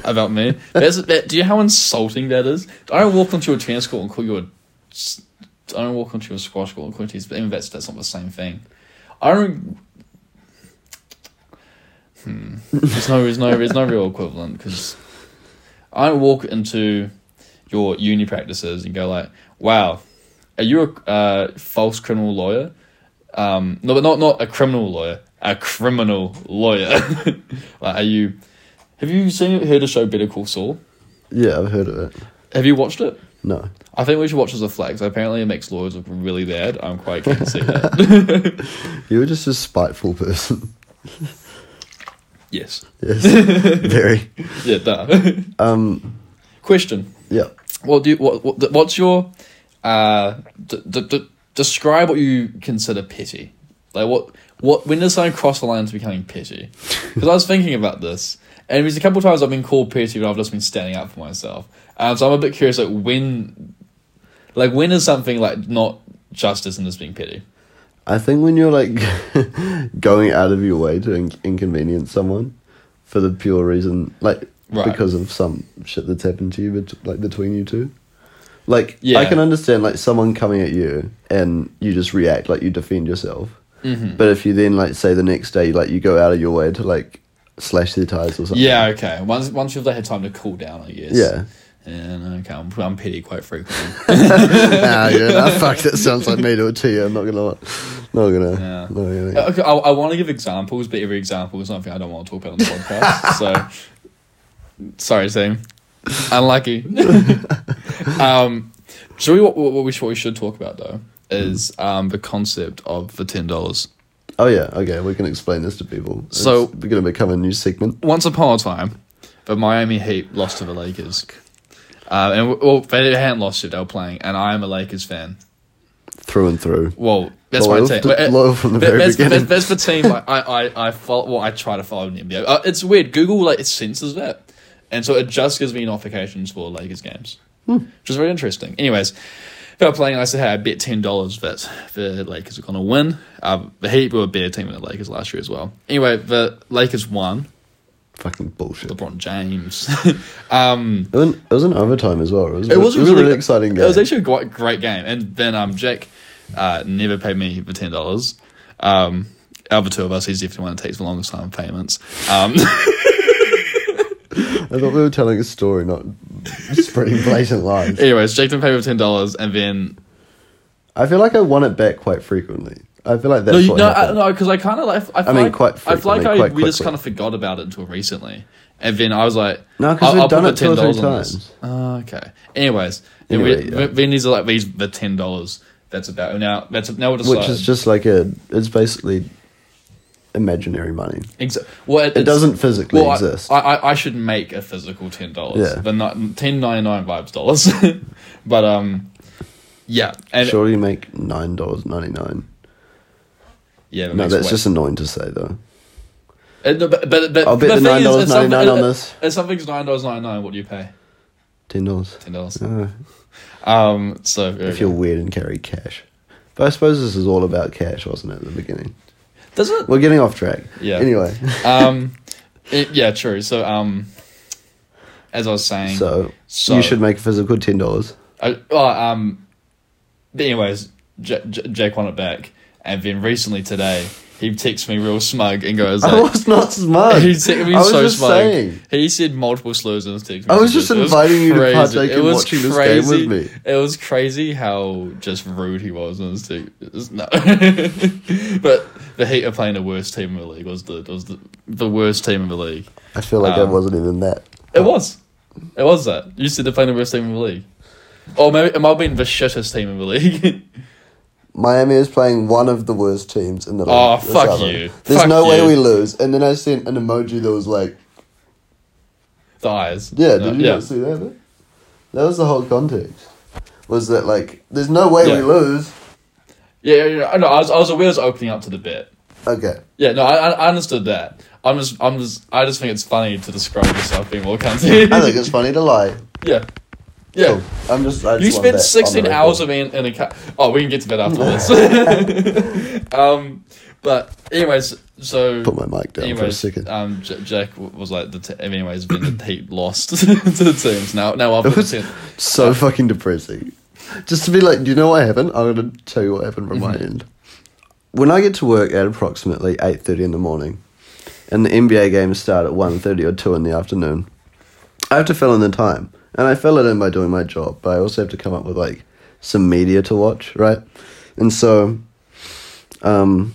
about me? That's, that, do you know how insulting that is? I don't walk onto a tennis court and call you a. s- I don't walk onto a squash court and call you a tennis. But even that's that's not the same thing. I don't. Hmm. There's no there's no there's no real equivalent because I don't walk into your uni practices and go like, "Wow, are you a uh, false criminal lawyer?" Um, no, but not not a criminal lawyer, a criminal lawyer. like, are you? Have you seen heard a show Better Call Saul?
Yeah, I've heard of it.
Have you watched it?
No.
I think we should watch as a flex. Apparently, it makes lawyers look really bad. I'm quite keen to see that.
You were just a spiteful person.
yes.
yes. Very.
Yeah. Duh.
Um
Question.
yeah.
Well, do you, what, what what's your uh d- d- d- describe what you consider petty? Like what what when does something cross the line to becoming petty? Because I was thinking about this, and there's a couple of times I've been called petty, but I've just been standing up for myself. Um, so I'm a bit curious, like when, like when is something like not justice and just being petty?
I think when you're like going out of your way to in- inconvenience someone for the pure reason, like
Right.
because of some shit that's happened to you, bet- like between you two. Like I
Yeah.
can understand like someone coming at you and you just react like you defend yourself. Mm-hmm. But if you then like say the next day like you go out of your way to like slash their tires or something.
Yeah, okay. Once once you've had time to cool down, I guess.
Yeah.
And okay, I'm, I'm petty quite frequently.
ah, yeah. That fuck. That sounds like me to a T. I'm not gonna. lie. Not gonna.
Yeah.
Not gonna.
Okay, I, I want to give examples, but every example is something I don't want to talk about on the podcast. so, sorry, team. Unlucky. um, so we, what, what, we, should- what we should talk about though is um, the concept of the ten dollars.
Oh yeah. Okay. We can explain this to people. It's-
So-
we're gonna become a new segment.
Once upon a time, the Miami Heat lost to the Lakers, um, and well, they hadn't lost yet; they were playing, and I am a Lakers fan.
through and through.
Well, that's
Loyal
my team.
to-
But, uh,
loyal from the
that-
very
that's,
beginning.
That's, that's the team I, I, I, I follow. Well, I try to follow in the NBA. Uh, it's weird. Google like it senses that, and so it just gives me notifications for Lakers games,
Hmm.
which is very interesting. Anyways, they were playing. and I said, "Hey, I bet ten dollars that the Lakers are going to win." Um, the Heat were a better team than the Lakers last year as well. Anyway, the Lakers won.
Fucking bullshit.
LeBron James. um,
It was, it was in overtime as well. It was,
it was,
it was a really exciting game.
It was actually a quite great game. And then um, Jack uh, never paid me the ten dollars. Um, out of the two of us, he's definitely one that takes the longest time payments. Um,
I thought we were telling a story, not spreading blatant lies.
anyways, Jack didn't pay me ten dollars, and then
I feel like I won it back quite frequently. I feel like that's
no, you,
what
no, I,
happened.
no, because I kind of like I, feel
mean,
like,
quite
I feel like
frequently,
I,
quite
we just
quickly.
kind of forgot about it until recently, and then I was like,
No, 'cause
I'll-
we've
I'll put
done
the
it two or
$10
three
on this.
times.
Oh, okay. Anyways, then we-
Anyway, yeah.
then these are like these the ten dollars. That's about now. That's now we're just
Which
like-
is just like a. It's basically imaginary money.
Exa- well,
It
it's-
doesn't physically
well, I-
exist.
I, I, I should make a physical ten dollars.
Yeah.
The ni- ten ninety nine vibes dollars. but um, yeah, and
Surely you make $9.99.
yeah, it
No,
makes
that's
way-
just annoying to say, though.
Uh, no, but, but, but
I'll bet
the
the
thing is, if something-
$9.99 on
if-
this.
If something's nine dollars ninety nine, what do you pay?
$10.
Ten dollars.
Uh,
Um, so there
if
we
you're
go.
weird and carry cash. But I suppose this is all about cash, wasn't it, at the beginning?
doesn't
We're getting off track.
Yeah.
Anyway.
um, it- yeah, true. So um, as I was saying,
So,
So-
you should make a physical ten dollars.
I, well, um, but anyways, J- J- Jake won it back. And then recently today, he texts me real smug and goes,
I
like,
was not smug.
he texted me
I was
so
just
smug.
saying.
He said multiple slurs in his text.
I was just
messages. It
inviting you to
crazy.
partake in
It was
watching this game with me.
It was crazy how just rude he was in his text. it's- No, but the Heat are playing the worst team in the league. Was the was the, the worst team in the league.
I feel like I
Um,
wasn't even that.
It was. It was that. You said they're playing the worst team in the league. Or maybe it might have been the shittest team in the league.
Miami is playing one of the worst teams in the league.
Oh,
this
fuck
other.
you.
There's
Fuck
no way
you.
we lose. And then I sent an emoji that was like,
the eyes.
yeah,
No,
did you
yeah.
not see that? bit? That was the whole context. Was that like, there's no way we
Yeah.
lose.
Yeah, yeah, yeah. No, I was, I was aware it was opening up to the bit.
Okay.
Yeah, no, I, I I understood that. I'm just, I'm just, I just think it's funny to describe yourself being more cunty.
I think it's funny to lie.
yeah, yeah.
Cool. I'm just, I just
You
want that
spent
on the
16
record.
hours of me in, in a car. Oh, we can get to that after this. um, but anyways, so
Put my mic down for a
Anyways,
second.
um, J- Jack w- was like the. T- anyways, then the Heat lost to the teams. Now, now I've
It was
percent.
so fucking depressing. Just to be like, do you know what happened? I'm gonna tell you what happened from
Mm-hmm.
my end. When I get to work at approximately eight thirty in the morning, and the NBA games start at 1.30 or two in the afternoon, I have to fill in the time, and I fill it in by doing my job, but I also have to come up with like some media to watch, right? And so, um,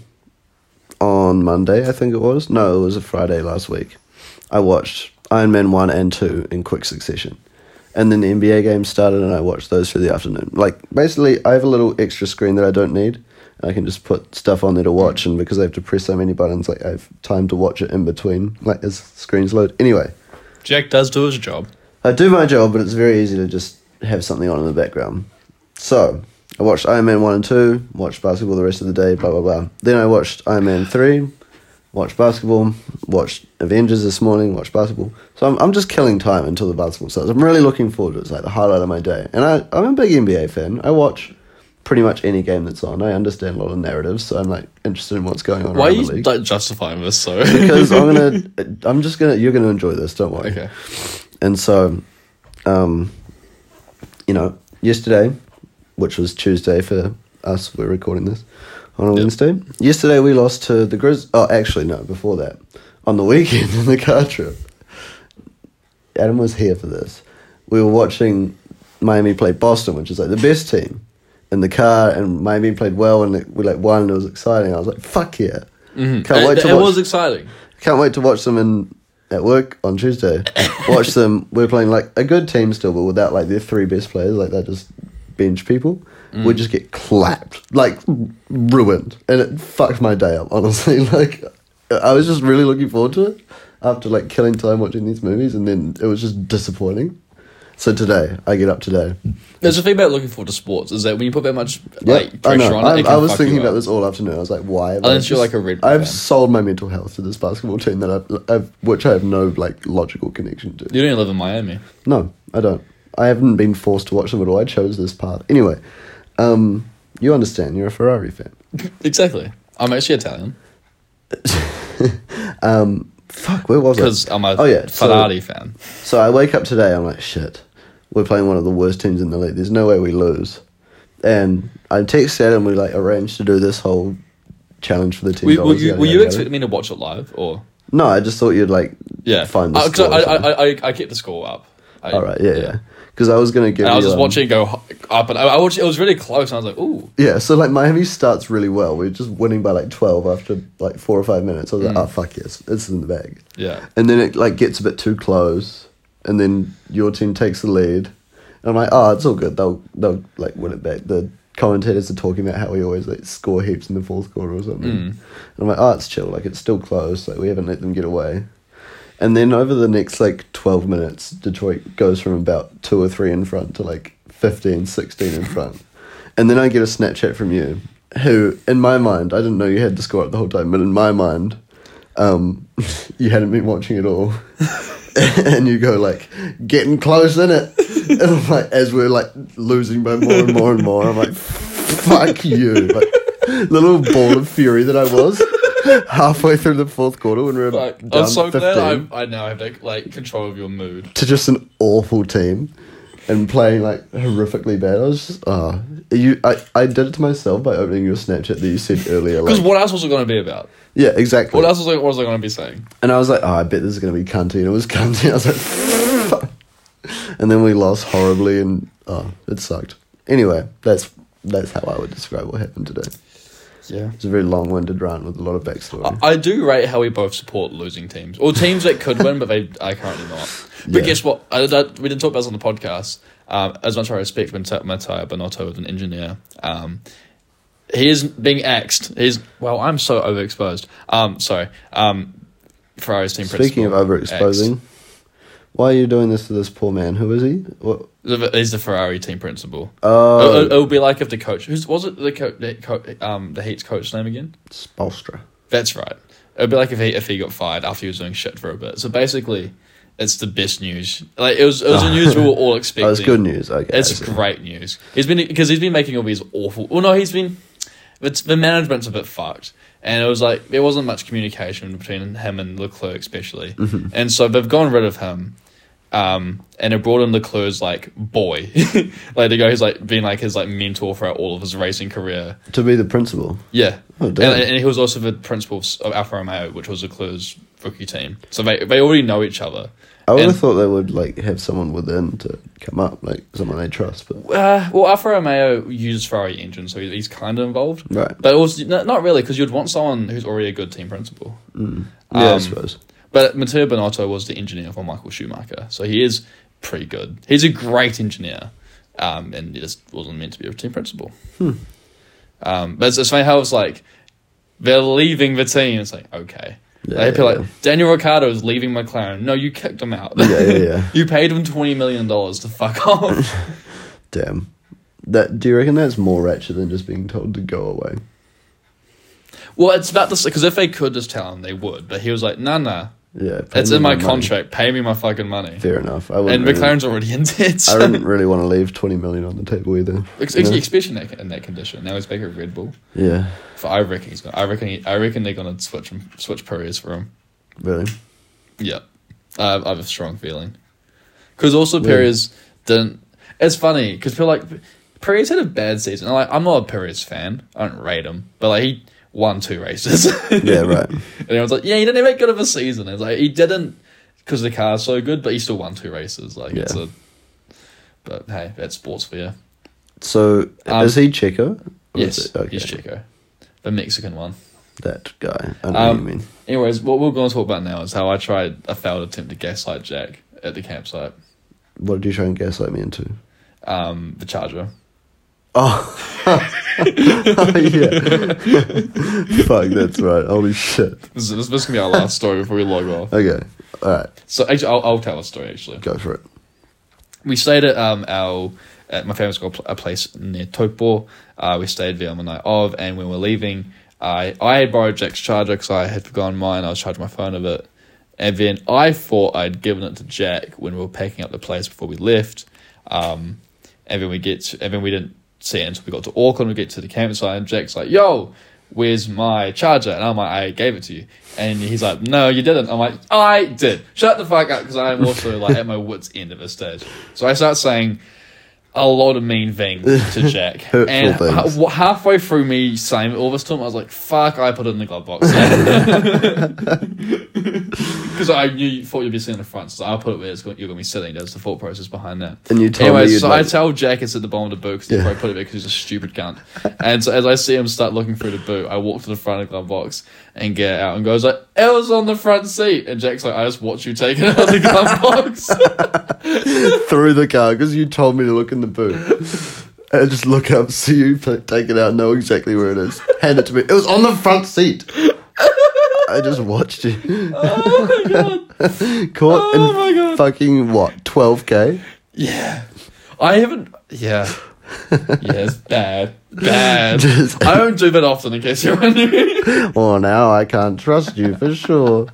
on Monday, I think it was. No, it was a Friday last week. I watched Iron Man 1 and 2 in quick succession. And then the NBA game started, and I watched those through the afternoon. Like, basically, I have a little extra screen that I don't need. And I can just put stuff on there to watch, and because I have to press so many buttons, like, I have time to watch it in between, like, as screens load. Anyway,
Jack does do his job.
I do my job, but it's very easy to just have something on in the background. So I watched Iron Man one and two, watched basketball the rest of the day, blah blah blah. Then I watched Iron Man three, watched basketball, watched Avengers this morning, watched basketball. So I'm I'm just killing time until the basketball starts. I'm really looking forward to it. It's like the highlight of my day. And I I'm a big NBA fan. I watch pretty much any game that's on. I understand a lot of narratives, so I'm like interested in what's going on
Why are
around
you
the league.
like, justifying this? So
because I'm gonna I'm just gonna you're gonna enjoy this, don't worry.
okay,
And so, um, you know, yesterday, which was Tuesday for us, we're recording this on a Wednesday. Yesterday we lost to the Grizz. Oh, actually, no, before that, on the weekend in the car trip, Adam was here for this. We were watching Miami play Boston, which is like the best team in the car, and Miami played well, and we like won. And it was exciting. I was like, "Fuck yeah!" Can't
Mm-hmm. it,
wait to
it
watch.
was exciting.
Can't wait to watch them in at work on Tuesday. watch them. We're playing like a good team still, but without like their three best players, like they're just bench people. We just get clapped, like ruined, and it fucked my day up. Honestly, like I was just really looking forward to it after like killing time watching these movies, and then it was just disappointing. So today, I get up today.
There's a thing about looking forward to sports is that when you put that much like
I
pressure
know.
on it,
I,
it can
I was
fuck
thinking
you
about
up.
this all afternoon. I was like, why? have I
Unless you're like
just-
a Red Bull
I've
fan.
sold my mental health to this basketball team that I've, I've, which I have no like logical connection to.
You don't even live in Miami.
No, I don't. I haven't been forced to watch them at all. I chose this path anyway. Um, you understand? You're a Ferrari fan.
Exactly. I'm actually Italian
Um, Fuck, where was I?
because I'm a
oh yeah, so-
Ferrari fan.
So I wake up today, I'm like, shit, we're playing one of the worst teams in the league. There's no way we lose. And I text Adam, we like arranged to do this whole challenge for the team.
Were, were you, were you expecting me to watch it live or?
No, I just thought you'd like
Yeah,
find the
Uh, 'cause
score.
I, I, I, I, I kept the score up. I,
All right, yeah, yeah. Because I was gonna give.
And I was
you,
just
um,
watching it go h- up, and I, I watched. It was really close, and I was like, "Ooh,
Yeah, so like Miami starts really well. We're just winning by like twelve after like four or five minutes. I was like,
Mm.
oh fuck yes, it's in the bag.
yeah."
And then it like gets a bit too close, and then your team takes the lead. And I'm like, oh, it's all good. They'll they'll like win it back. The commentators are talking about how we always like score heaps in the fourth quarter or something. And I'm like, oh, it's chill. Like it's still close. Like we haven't let them get away. And then over the next like 12 minutes, Detroit goes from about two or three in front to like 15, 16 in front. And then I get a Snapchat from you, who, in my mind, I didn't know you had the score up the whole time, but in my mind, um, you hadn't been watching at all. and you go like, getting close in it. And I'm like, as we're like losing by more and more and more, I'm like, fuck you. Like, little ball of fury that I was. Halfway through the fourth quarter when we were
Like,
down
I'm so
15
glad I, I now have like control of your mood.
to just an awful team. and playing like horrifically bad. I was just ah, you. I, I did it to myself by opening your Snapchat that you said earlier.
Because
Like,
what else was it going to be about?
yeah, exactly.
What else was I, what was I going to be saying?
And I was like, oh, I bet this is gonna be cunty, and it was cunty. I was like, fuck. and then we lost horribly, and oh, it sucked. Anyway, that's that's how I would describe what happened today.
Yeah.
It's a very long-winded rant with a lot of backstory.
I do rate how we both support losing teams or teams that could win, but they are currently not. But
Yeah.
guess what? I, that, we didn't talk about this on the podcast. Um, as much as I respect Mata- Matteo Bonotto as an engineer, um, he is being axed. He's well, I'm so overexposed. Um, sorry. Um, Ferrari's team.
Speaking of
principal,
overexposing, why are you doing this to this poor man? Who is he? What?
axed. he's the Ferrari team principal.
Oh,
It- it, will be like if the coach, who's was it the co- the, co- um, the Heat's coach name again?
Spolstra.
That's right. It'd be like if he if he got fired after he was doing shit for a bit. So basically, it's the best news. Like it was it was the news we were all expecting.
Oh, it's good news. Okay, I
It's
see.
great news. He's been because he's been making all these awful. Well, no, he's been. It's, the management's a bit fucked, and it was like there wasn't much communication between him and Leclerc, especially.
Mm-hmm.
And so they've gone rid of him, um, and it brought in Leclerc's like boy, like the guy who's like been like his like mentor throughout all of his racing career.
to be the principal.
Yeah.
Oh,
and,
damn.
and he was also the principal of of Alfa Romeo, which was Leclerc's rookie team. So they, they already know each other.
I would
And-
have thought they would like have someone within to come up, like someone they trust. But
Uh, well, Alfa Romeo uses Ferrari engine, so he- he's kind of involved.
Right.
But also, no, not really, because you'd want someone who's already a good team principal.
yeah, I
Um,
suppose.
But Matteo Bonotto was the engineer for Michael Schumacher, so he is pretty good. He's a great engineer, um, and he just wasn't meant to be a team principal.
Hmm.
Um, but it's, it's funny how it's like they're leaving the team. It's like okay,
Yeah,
Like, people are
yeah.
like Daniel Ricciardo is leaving McLaren. No, you kicked him out.
Yeah, yeah, yeah.
you paid him twenty million dollars to fuck off.
Damn. That do you reckon that's more ratchet than just being told to go away?
well, it's about this because if they could just tell him, they would. But he was like, nah, nah,
Yeah, pay
it's
me
in my
money.
contract. Pay me my fucking money.
Fair enough. I wouldn't.
And
really,
McLaren's already in debt.
I
so-
wouldn't really want to leave twenty million on the table either.
Ex-
you
ex-
know?
Especially in that, in that condition. Now he's back at Red Bull.
yeah,
For I reckon he's gonna. I reckon. He, I reckon they're gonna switch him, switch Perez for him.
really.
Yeah, I have, I have a strong feeling. Because also Perez didn't. It's funny because people are like Perez had a bad season. I'm like I'm not a Perez fan. I don't rate him, but like he won two races.
Yeah, right.
And everyone's like, yeah, he didn't have that good of a season. It's like he didn't because the car's so good, but he still won two races. Like it's
Yeah.
a. But hey, that's sports for you.
So
Um,
is he Checo? Or is
Yes,
it- okay.
he's Checo, the Mexican one.
That guy. I know
Um,
what you mean.
Anyways, what we're going to talk about now is how I tried a failed attempt to gaslight Jack at the campsite.
What did you try and gaslight me into?
Um, the charger.
Oh. yeah. Fuck, that's right. Holy shit.
This is, this is gonna be our last story before we log off.
Okay. All right.
So actually, I'll, I'll tell a story. Actually,
Go for it.
we stayed at um our at my family's got a pl- a place near Tokpo. Uh, we stayed there on the night of, and when we were leaving, I I had borrowed Jack's charger because I had forgotten mine. I was charging my phone of it, and then I thought I'd given it to Jack when we were packing up the place before we left. Um, and then we get to, and then we didn't see it until we got to Auckland. We get to the campsite, and Jack's like, "Yo." Where's my charger? And I'm like, I gave it to you. And he's like, No, you didn't. I'm like, I did. Shut the fuck up, because I'm also like at my wits' end at this stage. So I start saying a lot of mean things to Jack.
Hurtful
and ha-
things.
wa- halfway through me saying all this to him, I was like, fuck, I put it in the glove box. Because I knew you thought you'd be sitting in the front, so I put it where it's going, you're going to be sitting. That's the thought process behind that.
And you told me
Anyway,
you'd
so
like-
I tell Jack it's at the bottom of the boot because
Yeah.
before I put it there because he's a stupid cunt. And so as I see him start looking through the boot, I walk to the front of the glove box and get it out and goes like, "It was on the front seat." And Jack's like, "I just watched you take it out of the glove box."
Through the car because you told me to look in the boot. I just look up, see you put- take it out, know exactly where it is. Hand it to me. It was on the front seat. I just watched you. Caught in
Oh my God.
fucking what? 12k?
yeah, I haven't. Yeah, yeah, it's bad, bad.
Just-
I don't do that often, in case you're wondering.
Oh, now I can't trust you for sure.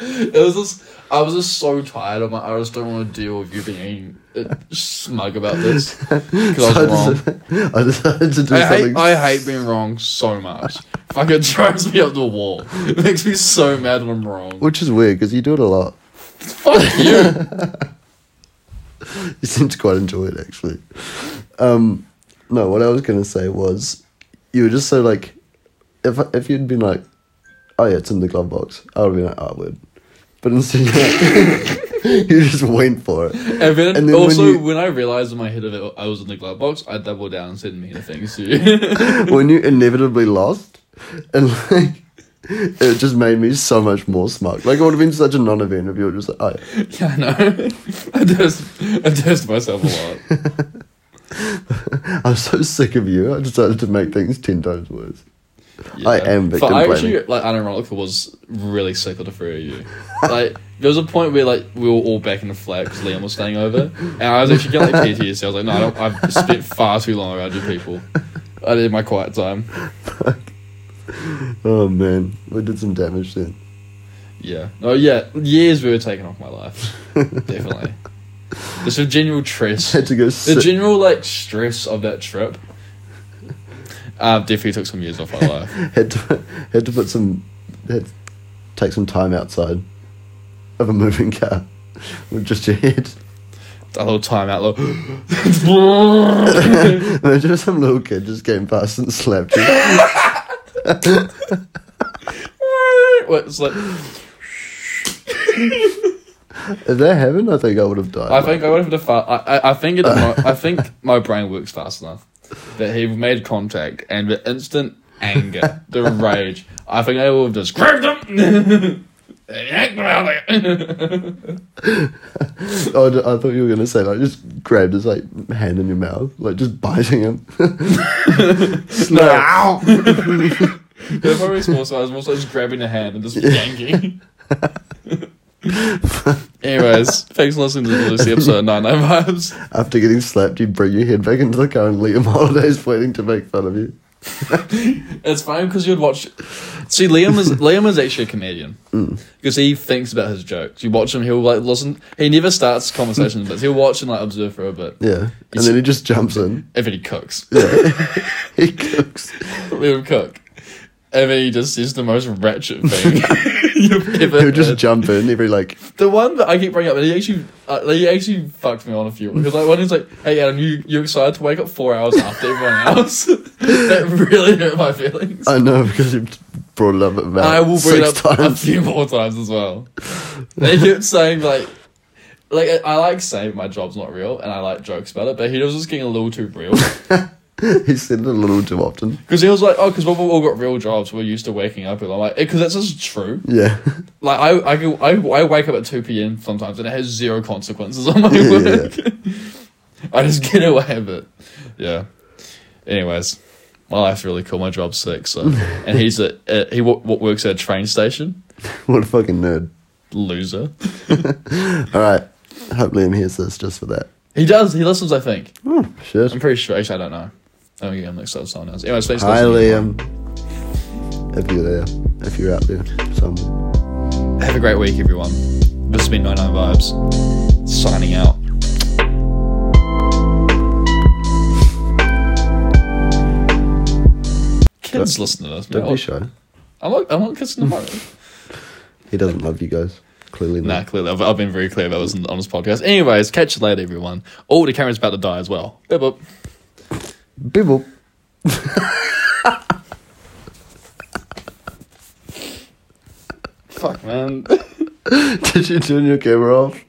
It was just, I was just so tired. I'm like, I just don't want to deal with you being uh, smug about this because I
So I,
was wrong.
decided, I decided to do
I hate,
something.
I hate being wrong so much. Fucking drives me up the wall. It makes me so mad when I'm wrong.
Which is weird because you do it a lot.
Fuck you.
you seem to quite enjoy it actually. Um, no, what I was gonna say was, you were just so like, if if you'd been like, oh yeah, it's in the glove box, I would have been like, oh word, but instead you're like, you just went for it.
And then,
And then when
also, when,
you-
I realized in my head of it, I was in the glove box, I doubled down and said meaner things to you.
when you inevitably lost, and like. It just made me so much more smug. Like it would have been such a non-event if you were just like, oh, yeah.
yeah, I know. I dissed, I dissed myself a lot.
I'm so sick of you. I decided to make things ten times worse.
Yeah.
I am victim
But I
blaming.
actually, like, Anironical was really sick of the three of you. Like, there was a point where, like, we were all back in the flat because Liam was staying over. And I was actually getting, like, PTSD. I was like, no, I don't, I've spent far too long around you people. I did my quiet time.
Oh man, we did some damage then.
Yeah. Oh yeah. Years we were taken off my life. Definitely. Just a general stress.
Had to go
The
sit.
general like stress of that trip. Uh, definitely took some years off my life.
had to had to put some had to take some time outside of a moving car with just your head.
A little time out. Little
And then just some little kid just came past and slapped you.
Well, it's like,
if that happened, I think I would have died.
I think I would have to. Fa- I, I I think at the mo- I think my brain works fast enough that he made contact and the instant anger, the rage. I think I would have just grabbed him. and yanked him out of there.
Oh, I d- I thought you were gonna say like just grabbed his like hand in your mouth, like just biting him. Slap.
They're probably small size, more so just grabbing a hand and just yanking. Anyways, thanks for listening to the Lucy episode 99 Vibes.
After getting slapped, you bring your head back into the car and Liam Holiday's waiting to make fun of you.
It's funny because you'd watch. See, Liam is Liam is actually a comedian
Mm.
because he thinks about his jokes. You watch him, he'll like listen. He never starts conversations, but he'll watch and like observe for a bit.
Yeah, and
He's-
then he just jumps in.
If he cooks,
He cooks.
Liam cook, and then he just says the most wretched thing you've ever.
He'll just
heard.
jump in every like
The one that I keep bringing up, and he actually, uh, like, he actually fucked me on a few because like when he's like, "Hey Adam, you you excited to wake up four hours after everyone else?" that really hurt my feelings.
I know because you brought it up about
I will bring it up
Uh, six
a
times.
few more times as well. They kept saying like, like I I like saying my job's not real, and I like jokes about it, but he was just getting a little too real
he said it a little too often.
because he was like, "Oh, because we've all got real jobs, we're used to waking up." And I'm like, "Because that's just true."
Yeah,
Like I, I, go- I, I wake up at two p.m. sometimes, and it has zero consequences on my
Yeah,
work. I just get away with it. Yeah. Anyways, my life's really cool. My job's sick. So, and he's a, a he w- works at a train station.
what a fucking nerd.
Loser.
All right, hope Liam hears this just for that.
He does. He listens. I think.
Oh shit!
I'm pretty sure. Actually, I don't know. Oh, yeah, I'm mixed up with someone else. Anyways, thanks. for
Hi
listening.
Liam, if you're there, if you're out there somewhere.
Have a great week, everyone. This has been 99 Vibes. Signing out. Kids
Don't-
listen to this.
Don't
man.
be shy.
I'm not, I'm not kids in the morning.
He doesn't love you guys. Clearly
nah,
not.
clearly. I've, I've been very clear about this on this podcast. Anyways, catch you later, everyone. Oh, the camera's about to die as well. Boop, boop.
Bibble.
Fuck, man.
Did you turn your camera off?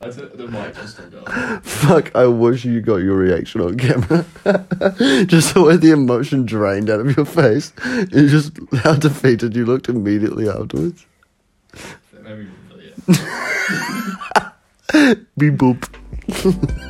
I took the mic just to go.
Fuck! I wish you got your reaction on camera. just the way the emotion drained out of your face. You just how defeated you looked immediately afterwards.
That made me really-
Beep boop. Oh,